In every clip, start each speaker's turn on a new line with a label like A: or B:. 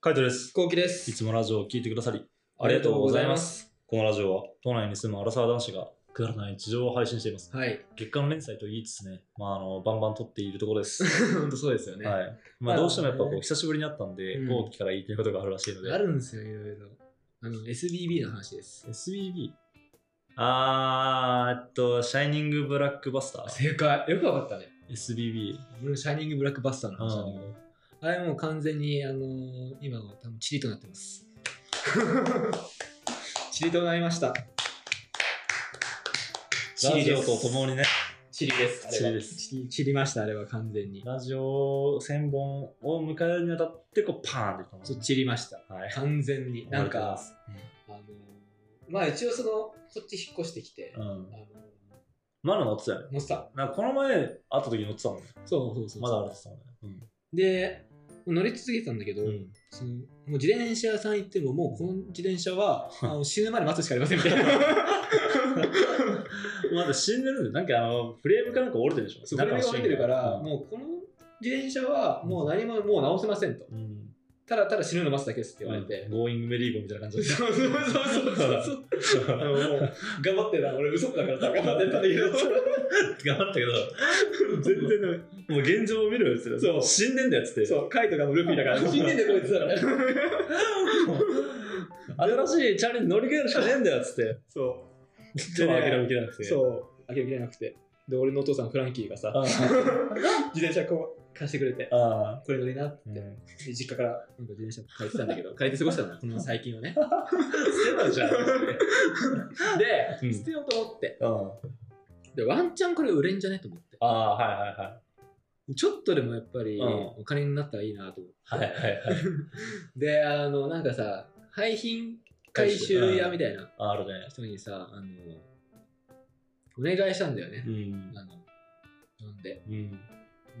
A: カイトです。
B: こうきで
A: い
B: す。
A: つもラジオを聞いてくださり、あ
B: あ
A: り
B: り
A: がと
B: がと
A: う
B: う
A: ご
B: ご
A: ざ
B: ざ
A: い
B: い
A: ま
B: ますす。
A: このラジオは、都内に住むアラサー男子がくだらない日常を配信しています。
B: はい。
A: 月間連載と言いつつね、まあ、あの、バンバン撮っているところです。
B: 本当そうですよ ね。
A: はい。まあ、
B: まあ
A: どうしてもやっぱこう、
B: ね
A: 久しぶりに会ったんで、
B: うん
A: 後期から言いたいことがあるらしいの
B: あ
A: で。
B: るんですよ、いろいろ。あの、SBB の話です。
A: SBB? あー、えっと、シャイニングブラックバスター。
B: 正解。よくわかったね。
A: SBB。
B: 俺のシャイニングブラックバスターの
A: う
B: 話なんだ
A: ん。
B: けど。あれもう完全に、あのー今は多分チリとなって ます。チリとなりました。
A: ラジオと共
B: に。
A: にね、
B: チリです。あれ
A: チリで
B: は
A: す
B: チリ。チリました、あれは完全に。
A: ラジオ1000本を迎えるにあたって、こう、パーンっていったの
B: そう、チリました。
A: はい。
B: 完全に。な
A: お
B: ん
A: めでとうございま
B: か、
A: す、
B: あのーまあ一応その、こっち引っ越してきて、
A: うん。
B: あの
A: まだ乗ってたよね。
B: 乗ってた
A: なんかこの前会った時に乗ってたもんね。
B: そうそうそう
A: まだ歩いてたもんね。
B: で乗り続けてたんだけど、
A: うん。
B: そのもう自転車屋さん行ってももうこの自転車はあの死ぬまで待つしかありませんみたいな
A: まだ死んでるんだよ。なんかあの、フレームかなんか折れてるでしょ。
B: そこが折れてるから、
A: うん
B: もうこの自転車はもう何ももう直せませんと
A: うん。
B: ただただ死ぬの待つだけですって言われて、
A: ゴーイングメリーゴーみたいな感じで。
B: そうそうそうそうそうあのもう頑張ってた俺嘘だからさ頑張ってたんだけど
A: 頑張ったけど、全然ダメ。もう現状を見ろよっつって。
B: そう
A: 死んでんだよっつって。
B: そうカイトがもうルフィだから死んでんだよこいつだから
A: 新しいチャレンジ乗り換えるしかねえんだよっつって。
B: そ
A: 全然諦めきれなく
B: う
A: て。
B: そう諦めきれなくてで俺のお父さんフランキーがさ
A: あ
B: 自転車こう貸してくれて、
A: あ。
B: これ乗りなって、
A: うん。
B: で実家からなんか自転車借りてたん だけど、借りて過ごしてたの、この最近をね。
A: 捨てたじゃん。
B: で、
A: うん
B: 捨てようと思って、
A: うん。
B: でワンチャンこれ売れんじゃねと思って、
A: ああ、はいはいはい。
B: ちょっとでもやっぱり
A: うん
B: お金になったらいいなと思って。
A: はいはいはい。
B: で、あの、なんかさ、廃品回収屋みたいな
A: あるね。
B: 人にさ、あの、お願いしたんだよね
A: う、ん。
B: あの、呼んで。
A: うん。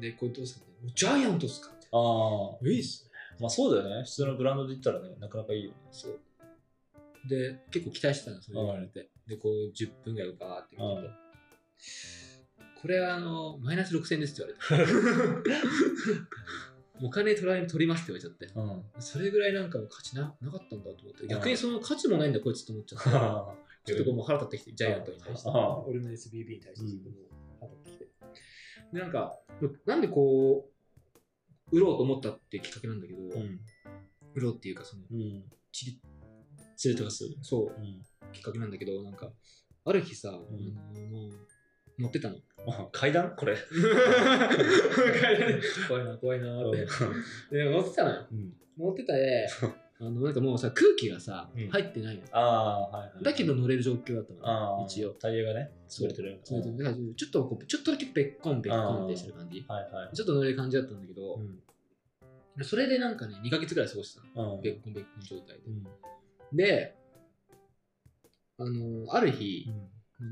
B: で、これどうすかって、ジャイアントっすかって。
A: ああ。
B: いいっすね。
A: まあそうだよね。普通のブランドで言ったらね、なかなかいいよね。
B: そう。で、結構期待してたの、それ言われて。で、こう、10分ぐらいバーって見て
A: う
B: て。これは、あの、マイナス6000円ですって言わ れて。お金取られ取りますって言われちゃって。
A: うん。
B: それぐらいなんかもう価値ななかったんだと思って。逆にその価値もないんだ、こいつと思っちゃって。ちょっとこうもう腹立ってきて、ジャイアントに対して。
A: うん
B: 俺の SBB に対し
A: う
B: て、
A: ん
B: ちょっともう腹立ってきて。で、なんか、なんでこう、売ろうと思ったってきっかけなんだけど、
A: うん。
B: 売ろうっていうか、その、
A: うん。
B: ちり、
A: 知れてます。
B: そう、
A: うん。
B: きっかけなんだけど、なんか、ある日さ、
A: ん
B: あのもう乗っ てたの。
A: 階段これ。
B: 怖いな、怖いなーっ
A: う
B: て。で、乗ってたのよ。
A: ん。
B: 乗ってたで、あの、なんかもうさ、空気がさ
A: うん、
B: 入ってないの。
A: ああ、はいはい。
B: だけど、乗れる状況だった
A: あ
B: の
A: あ、
B: ね、一応。
A: タイヤがね、
B: そ
A: 潰
B: う
A: れてる。
B: それでだからちょっとこう、ちょっとだけべっこんべっこんってしてる感じ。
A: はいはい。
B: ちょっと乗れる感じだったんだけど
A: う、ん。
B: それでなんかね、2ヶ月ぐらい過ごしてたの。
A: うん。
B: べっこんべっこん状態
A: うん。
B: で。で、あの、ある日、
A: うん。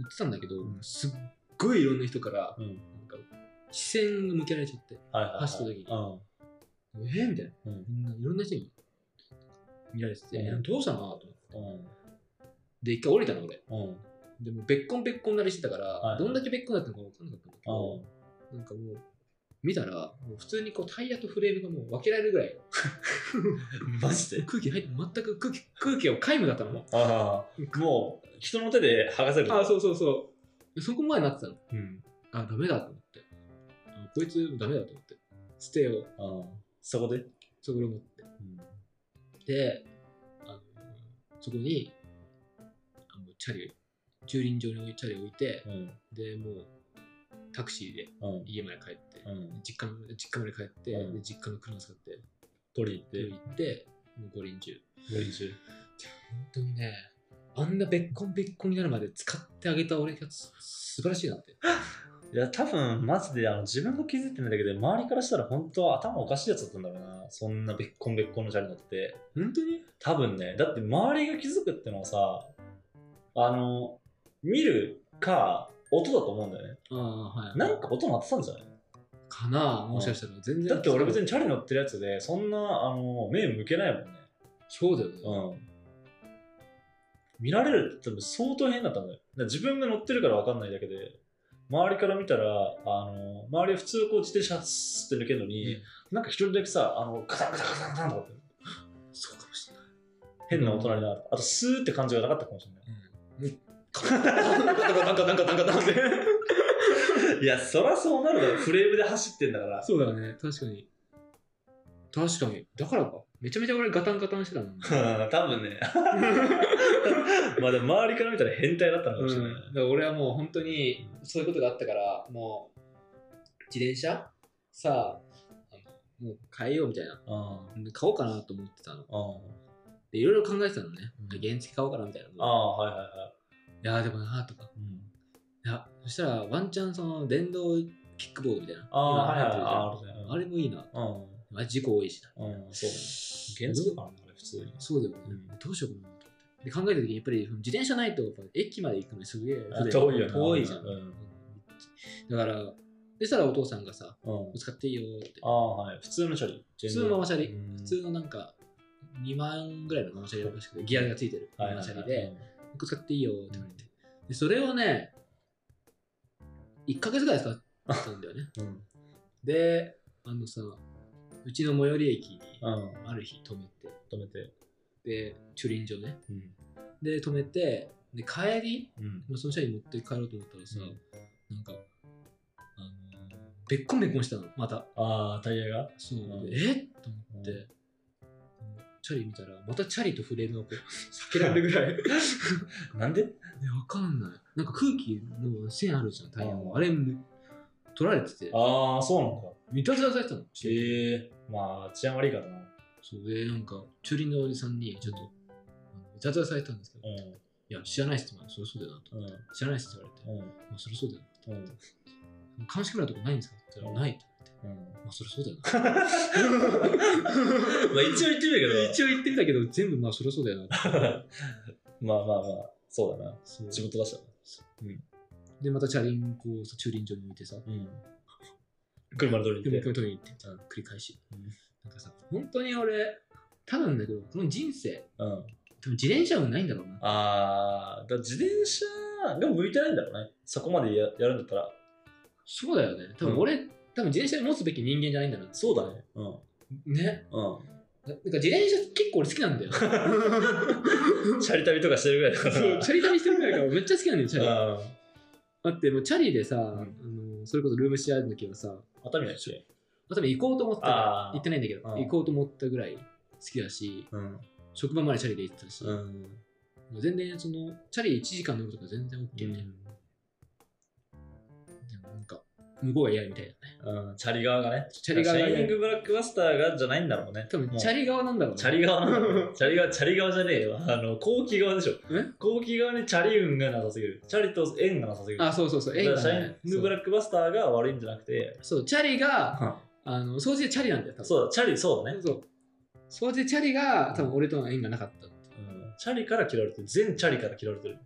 B: 乗ってたんだけど、
A: うん
B: すっごいいろんな人から、
A: うん
B: なんか視線が向けられちゃって、
A: はいはい。
B: 走った時に
A: う
B: えー、みたいな、
A: うん
B: みんないろんな人に見られてて、
A: うん
B: どうしたのかなと思って。
A: ん。
B: で、一回降りたの俺。
A: うん。うん。
B: でも、べっこんべっこんなりしてたから、
A: はい
B: どんだけべっこんだったのか分かんなかったんだけ
A: う
B: ど、
A: ん。
B: なんかもう、見たら、もう普通にこうタイヤとフレームがもう分けられるぐらい、
A: マジで
B: 空気入って、全く空気空気を皆無だったの。
A: ああ。もう、人の手で剥がせる。
B: ああ、そうそうそう。でそこまでなってたの。
A: う。うん。
B: あ、ダメだと思って。あこいつダメだと思って。捨てよう。
A: そこで
B: そこで思って。
A: うん。
B: で、あのそこにあのチャリ駐輪場に置いチャリ置いて、
A: うん。
B: でもうタクシーで
A: うん。
B: 家まで帰って、
A: うん。
B: 実家の実家まで帰って、
A: うん
B: で実家の車使って
A: 取り
B: で
A: 行って、
B: 行ってもう五輪中
A: 練習。
B: 本当にねあんなべっこんべっこんになるまで使ってあげた俺がす素晴らしいなって
A: いや、多分マジであの自分が気づいてないだけで、周りからしたら本当は頭おかしいやつだったんだろうな。そんなべっこんべっこんのチャリになって。
B: 本当に
A: 多分ね、だって周りが気づくってのはさ、あの、見るか、音だと思うんだよね。
B: ああはい
A: なんか音鳴ってたんじゃない
B: かなあもしかしたら全然
A: だって俺別
B: に
A: にチャリ乗ってるやつで、そんな、あの、目向けないもんね。
B: そうだよね、
A: うん。見られるって多分相当変だったんだよ。だから自分が乗ってるから分かんないだけで、周りから見たら、あの、周りは普通こう自転車スって抜けるのに、なんか一人だけさ、あの、カタンカタンカタンカタンとかって、変な大人になる。あと、スーって感じがなかったかもしれない。
B: なんか なんかなんかなんかなんか
A: いや、そらそうなるだろ。フレームで走ってんだから。
B: そうだね確かに確かにだからかめちゃめちゃ俺ガタンガタンしてたも
A: う
B: ん、
A: ん 多分ね。まあでも周りから見たら変態だったのかも
B: うん、
A: し
B: だ
A: れ
B: か
A: ない。
B: ら俺はもう本当にそういうことがあったからもう自転車さああのもう変えようみたいな
A: あ
B: 買おうかなと思ってたの
A: ああ
B: でいろいろ考えてたのね、
A: うん
B: 原付買おうかなみたいな
A: あああ、はいはいはい
B: やーでもなーとか
A: い。うん
B: いやそしたらワンチャンその電動キックボードみたいな
A: ああ、はいはいはい。
B: 今
A: あ
B: 流行ってる
A: るね
B: じゃんあれもいいな
A: う。
B: まあ事故多いしなん
A: うん、そうだね。原付かな、あれ、普通に。
B: そうだよね、
A: うん
B: どうしようかなと思ってで考えた時にやっぱり自転車ないとやっぱ駅まで行くのにすげえ
A: あ遠いよな。
B: 遠いじゃん、
A: うん。
B: だからでしたらお父さんがさ
A: うん
B: 使っていいよって
A: ああ、はい。普通のチャリ。
B: 普通のママチャリ
A: うん
B: 普通のなんか2万ぐらいのママチャリらしくてギアがついてるマ
A: はいはい
B: マ
A: はい
B: チャリで僕使っていいよって言われてでそれをね1ヶ月ぐらい使ってたんだよね
A: うんうん。
B: であのさうちの最寄り駅に
A: うん。
B: ある日止めて
A: 止めて。
B: で駐輪場ね
A: うん。
B: で止めてで帰り
A: うん。
B: まあその車に持って帰ろうと思ったらさ、
A: うん
B: なんかあのべっこんべっこんしたのまた
A: ああ、タイヤが
B: そう、
A: うん
B: でえっと思って、
A: うん
B: チャリ見たらまたチャリとフレーム がこう避けられるぐ らい
A: なんで
B: えわかんないなんか空気の線あるじゃんタイヤ
A: う
B: も
A: ん
B: あれ取られてて
A: ああ、そうなんだ。
B: 見たずらされてたの
A: ええまあ、治安悪いからな。
B: そうでなんか駐輪のおじさんにちょっといたずらされてたんですけど、
A: う
B: いや知らないっすって言われてそりゃそうだよなと
A: ん。うん。
B: 知らないっすって言われて、
A: うん。
B: まあ、そりゃそうだよ
A: うん。
B: な監視カメラとかないんですかって言ったらないって
A: うん。
B: まあそりゃそうだよな
A: まあ、一応言ってみるけど。
B: 一応言ってみたけど全部まあそりゃそうだよ なって
A: まあまあまあ、そうだな。
B: そう
A: 地元だし
B: でまたチャリンこうさ駐輪場に向いてさ
A: な。うん。車の通り
B: でも
A: に
B: う
A: 行
B: 一回
A: って。
B: 取りに行って繰り返し、
A: うん
B: なんかさ本当に俺多分だけどこの人生
A: うん。
B: 多分自転車はないんだろうな
A: ああ、だから自転車が向いてないんだろうね。そこまでややるんだったら。
B: そうだよね多分俺、多分自転車持つべき人間じゃないんだな
A: そうだね。うん。
B: ね
A: う
B: なんか自転車結構俺好きな んだよ
A: ん。チャリ旅とかしてるぐらいだから。
B: そうチャリ旅してるぐらいからめっちゃ好きなんだよチャリだ
A: うん。
B: ってもうチャリでさ、あ
A: ん
B: のそれこそルームシェアの時はさ
A: 熱海だっけ
B: 多分行こうと思ってたから
A: あー
B: 行ってないんだけど
A: うん
B: 行こうと思ったぐらい好きだし
A: うん。
B: 職場までチャリで行ってたし、
A: うん。
B: 全然そのチャリ1時間乗るとか全然 OK みたいな、でもなんか向こうが嫌いみたいなね
A: うん。チャリ側がね。
B: チャリ側が
A: シャイニ
B: 嫌
A: ン
B: い
A: グブラックバスターがじゃないんだろうね。
B: 多分
A: もう
B: チャリ側なんだろうね
A: チャリ側なんだよチャリ側、チャリ側じゃねえよ。あの、後期側でしょ。
B: え
A: 後期側にチャリ運がなさすぎる。チャリと縁がなさすぎる。
B: あそうそうそう
A: だ
B: 縁
A: か
B: が
A: らシャイ
B: ね
A: ニングブラックバスターが悪いんじゃなくて、
B: そうそうチャリがあの掃除でチャリなんだよ多分
A: そうだ、チャリ、そうだね。
B: そう掃除でチャリが多分俺との縁がなかった
A: うんチャリから嫌われてる。全チャリから嫌われてる。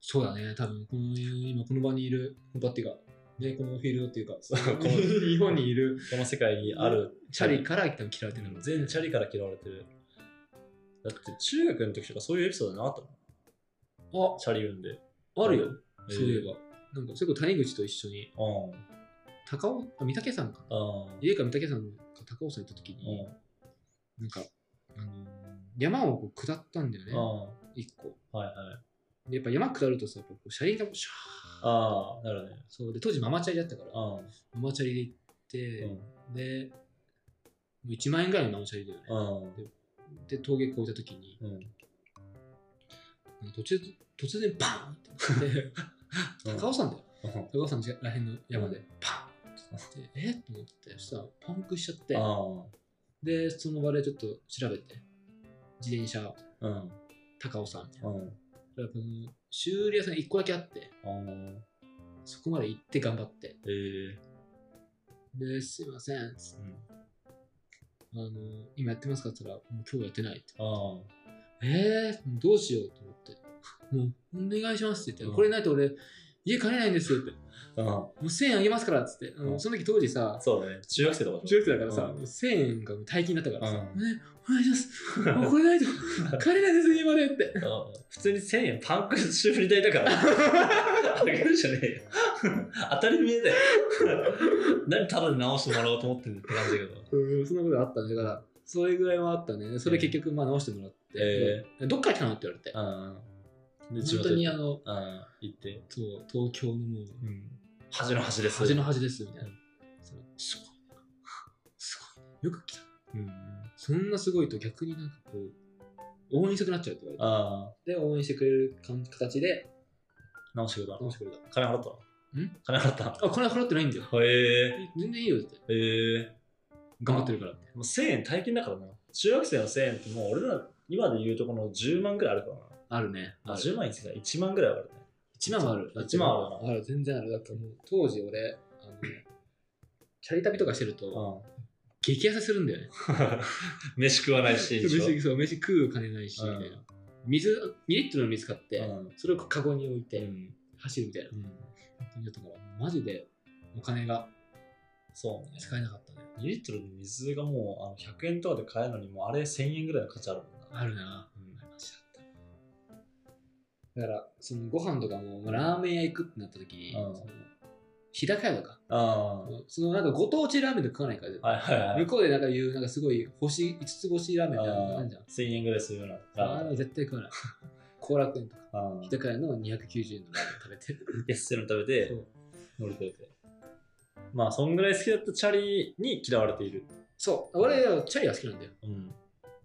B: そうだね多分この今この場にいるこの場っていうかねこのフィールドっていうか
A: う この
B: 日本にいる
A: この世界にある
B: チャリから多分嫌われてるの
A: 全チャリから嫌われてる。だって中学の時とかそういうエピソードなかったのあチャリ運で。
B: あるよ、
A: えー
B: そういえばなんかそれこそ谷口と一緒に
A: うん。
B: 高尾あ御嶽山か
A: うん。
B: 家か御嶽山か高尾山行った時に、なんか、あのー山をこう下ったんだよ
A: うん。
B: ね、
A: うん。
B: 一個。
A: はいはい。
B: で、やっぱ山下るとさ、やっぱこう車輪がこうシャー
A: ああ、なるほどね。
B: そうで、当時ママチャリだったから、ママチャリで行って、で、もう1万円ぐらいのママチャリだよね。
A: うん。
B: で、峠越えた時に、
A: うん。うん。
B: なんか途中、突然パーンってなって、高尾山だよ。
A: うん
B: 高尾山らへんの山で、パーンってなって、えっと思って、そしたらパンクしちゃって、
A: う
B: で、その場でちょっと調べて、自転車、
A: ん。うん。
B: 高尾山みたいな。
A: うん。
B: だからこの修理屋さん1個だけあって、
A: うん。
B: そこまで行って頑張って。
A: ええ。
B: で、すいません。つって
A: うん。
B: あの、今やってますかって言ったら、もう今日やってないって。
A: あ
B: えー、どうしようと思って。もう、お願いしますって言って、
A: うん
B: これないと俺、家帰れないんですよって。も
A: あ。うん。
B: う1000円あげますからっつって。あの
A: うん
B: その時当時さ、
A: そうだね。中学生とかでしょ
B: 中学生だからさ、
A: うん
B: もう1000円が大金だったからさ、
A: うん
B: ね、お願いし ます。もうこれないと帰れないです、家までって。
A: うん普通に1000円パンク修理代だから。あげるじゃねえよ。当たり前だよ。何ただで直してもらおうと思ってんだって感じだけど。
B: うんそんなことがあったんだから、それぐらいはあったね。それ結局、まあ直してもらって、
A: え
B: どっから来たのって言われて。
A: うん。で、
B: 本当にあ
A: の、
B: の、
A: うん、行って、
B: そう、東京のもう、
A: うん。端の端です。
B: 端の端です、みたいな
A: うん。
B: そのすごい。すごい。よく来た。
A: うん。
B: そんなすごいと逆になんかこう、応援したくなっちゃうって言われ
A: ああ、
B: て。で、応援してくれる感形で、
A: 直してくれたの
B: 直してくれた。
A: 金払ったの
B: ん
A: 金払ったの
B: あ、これは払ってないんだよ。
A: へえ
B: 全然いいよって。
A: ー、へえ
B: 頑張ってるからって。
A: ー。もう1000円大金だからな。中学生の1000円ってもう俺ら、今で言うとこの10万ぐらいあるからな。
B: あるね。
A: あ、
B: ある
A: 10万いつか1万ぐらいはあるね。
B: 1万はある。
A: 1万はある
B: ある、全然ある。だってもう、当時俺、あの、チャリ旅とかしてると、
A: う
B: 激痩せするん だよね。
A: ん。飯食わないし、一応
B: 飯そう飯食う金ないし、み
A: うん
B: たいな。水、2リットルの水買って、
A: うん
B: それをカゴに置いて、
A: うん
B: 走るみたいな。
A: うん。
B: 感じだったから、マジでお金が
A: そうね。
B: 使えなかったね。
A: 2リットルの水がもうあの100円とかで買えるのに、もうあれ1000円ぐらいの価値あるもんな。
B: あるな
A: うん
B: マジだった。だから、そのご飯とかも、まあ、ラーメン屋行くってなった時に、
A: うん
B: その日高屋とか、
A: あ
B: そのなんかご当地ラーメンとか食わないから、
A: あ。はいはいはい
B: 向。こうでなんか言う、なんかすごい星、5つ星ラーメンみたいなのあるじゃん。
A: 1000円ぐらいするような。
B: ああれは絶対食わない。後楽園とか、
A: あ
B: 日高屋の290円のラーメン食べてる。
A: 安いの食べて、乗り換えて。まあ、そんぐらい好きだったチャリに嫌われている。
B: そう、俺はチャリが好きなんだよ。
A: うん。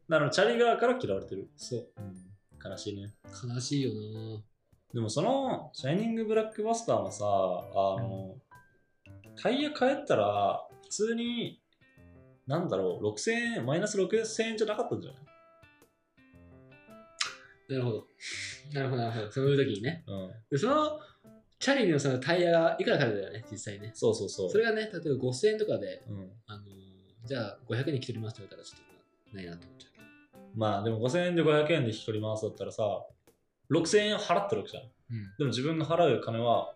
A: なので、チャリ側から嫌われてる。
B: そう、
A: うん。悲しいね。
B: 悲しいよな
A: でも、その、シャイニングブラックバスターもさ、あの、タイヤ変えたら、普通に、なんだろう、6000円、マイナス6000円じゃなかったんじゃない
B: なるほど。なるほど、なるほど。そういう時にね。
A: うん。
B: で、その、チャリのそのタイヤがいくらかかるんだよね、実際ね。
A: そうそうそう。
B: それがね、例えば5000円とかで、
A: うん。
B: あのーじゃあ500円に来てりますって言われたらちょっとないなと思っちゃうけど。
A: まあ、でも5000円で500円で引き取り回すだったらさ、6000円払ってるわけじゃん。
B: うん。
A: でも自分が払う金は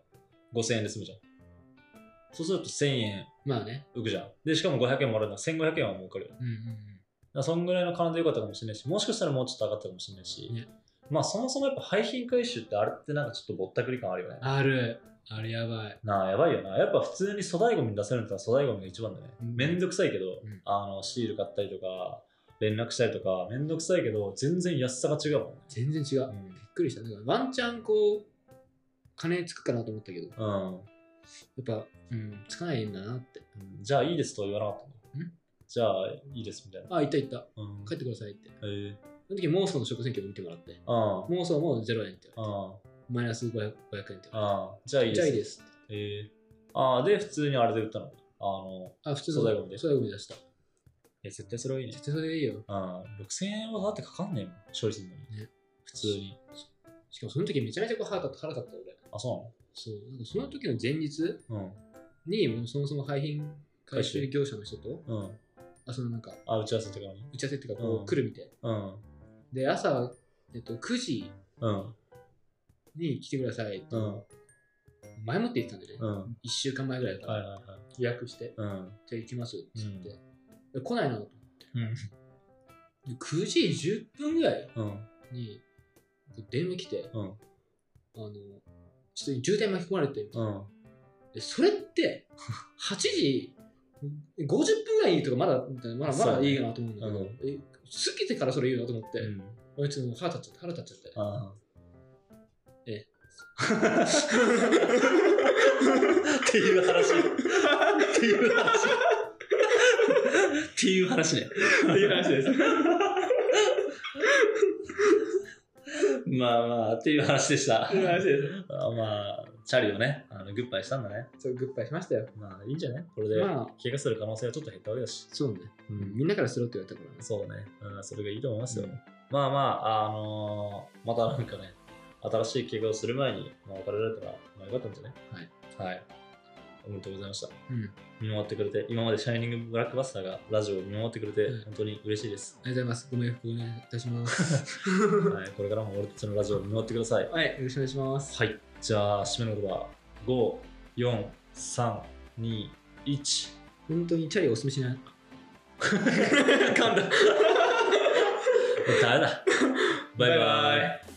A: 5000円で済むじゃん。そうすると1000円
B: まあね。
A: 浮くじゃん。で、しかも500円もらえるなら1500円は儲かるよ。だか
B: うんうん
A: らそんぐらいの金でよかったかもしれないし、もしかしたらもうちょっと上がったかもしれないし、
B: ね
A: まあそもそもやっぱ廃品回収ってあれってなんかちょっとぼったくり感あるよね
B: うん。。ある。あれやばい。
A: なあ、やばいよな。やっぱ普通に粗大ゴミ出せるんだったら粗大ゴミが一番だね。
B: うん
A: めんどくさいけど、
B: うん
A: あの、シール買ったりとか、連絡したりとか、めんどくさいけど、全然安さが違うもんね。
B: 全然違う。びっくりした。だからワンチャンこう、金つくかなと思ったけど、や
A: うん。うん
B: っぱ、うん、つかないんだなって。
A: うんじゃあいいですとは言わなかったの
B: ん
A: じゃあいいですみたいな。
B: あ、行った行った。
A: うん
B: 帰ってくださいって。
A: えー
B: その時、妄想の食洗機を見てもらって、
A: うん。
B: 妄想も0円って言われて、
A: うん。
B: マイナス 500, 500円って言われて。
A: ああ、じゃあいい
B: じ
A: です。
B: ゃあいいです。
A: えーああ、で、普通にあれで売ったの。あの、
B: あ、普通の
A: 粗大ゴミで
B: 粗大ゴミ出した。
A: いや、絶対それはいいね
B: 絶。対それでいいよ。
A: うん。6000円はだってかかんねえもん、処理するのに。
B: ね
A: 普通に。
B: しかもその時めちゃめちゃこう腹立った、腹立った俺。
A: あ、そ
B: そう。なんかその時の前日
A: うなの
B: に、もうそもそも廃品回収業者の人と、
A: うん。うん。
B: あ、そのなんか、
A: あ、打ち合わせとかに。
B: 打ち合わせっていうか、こ
A: うん
B: う来るみたい。
A: うん。
B: で、朝、えっと、9時
A: うん。
B: に来てくださいと、
A: うん
B: 前もって言ってたんでね、
A: うん。
B: 1週間前ぐらいか
A: はいはい
B: ら
A: はい。
B: 予約して、
A: うん。
B: じゃあ行きますって言って、で来ないなと。
A: うん。
B: で9時10分ぐらい
A: うん。
B: に電話来て、
A: うん
B: あの、ちょっと渋滞巻き込まれて、
A: うん。
B: でそれ って、8時50分ぐらいとかまだ、まだま
A: そう
B: だ
A: ね
B: いいかなと思うんだけど、え過ぎてからそれ言うなと思って、
A: うん。
B: 俺ちょっともう腹立っちゃって、腹立っちゃって。
A: あ
B: え え
A: っていう話。っていう話。っていう話ね。
B: っていう話です。
A: まあまあ、っていう話でした。
B: っていう話です
A: あまあ、チャリをね、あのグッバイしたんだね。
B: そう、グッバイしましたよ。
A: まあ、いいんじゃないこれで、
B: まあ、
A: 怪我する可能性はちょっと減ったわけだし。
B: そうね。
A: う
B: うんみんなからするって言われたからね。
A: そうね、うん。それがいいと思いますよ。
B: うん
A: まあまあ、あのーまたなんかね、新しい怪我をする前に、まあ、別れられたら、まあ、よかったんじゃないはい。はい。おめでとうございました。
B: うん。ありが
A: 見守ってくれて、今までシャイニングブラックバスターがラジオを見守ってくれて、
B: うん
A: 本当に嬉しいです。
B: とうございます。ご冥福をお願いいたします。
A: はい、これからも俺たちのラジオを見守ってください。
B: はい、よろしくお願いします。
A: はい、じゃあ、締めの言葉、5、4、3、2、1。
B: 本当にチャリおすすめしない。
A: 噛んだ。誰だ。バイバイ。
B: バイバイ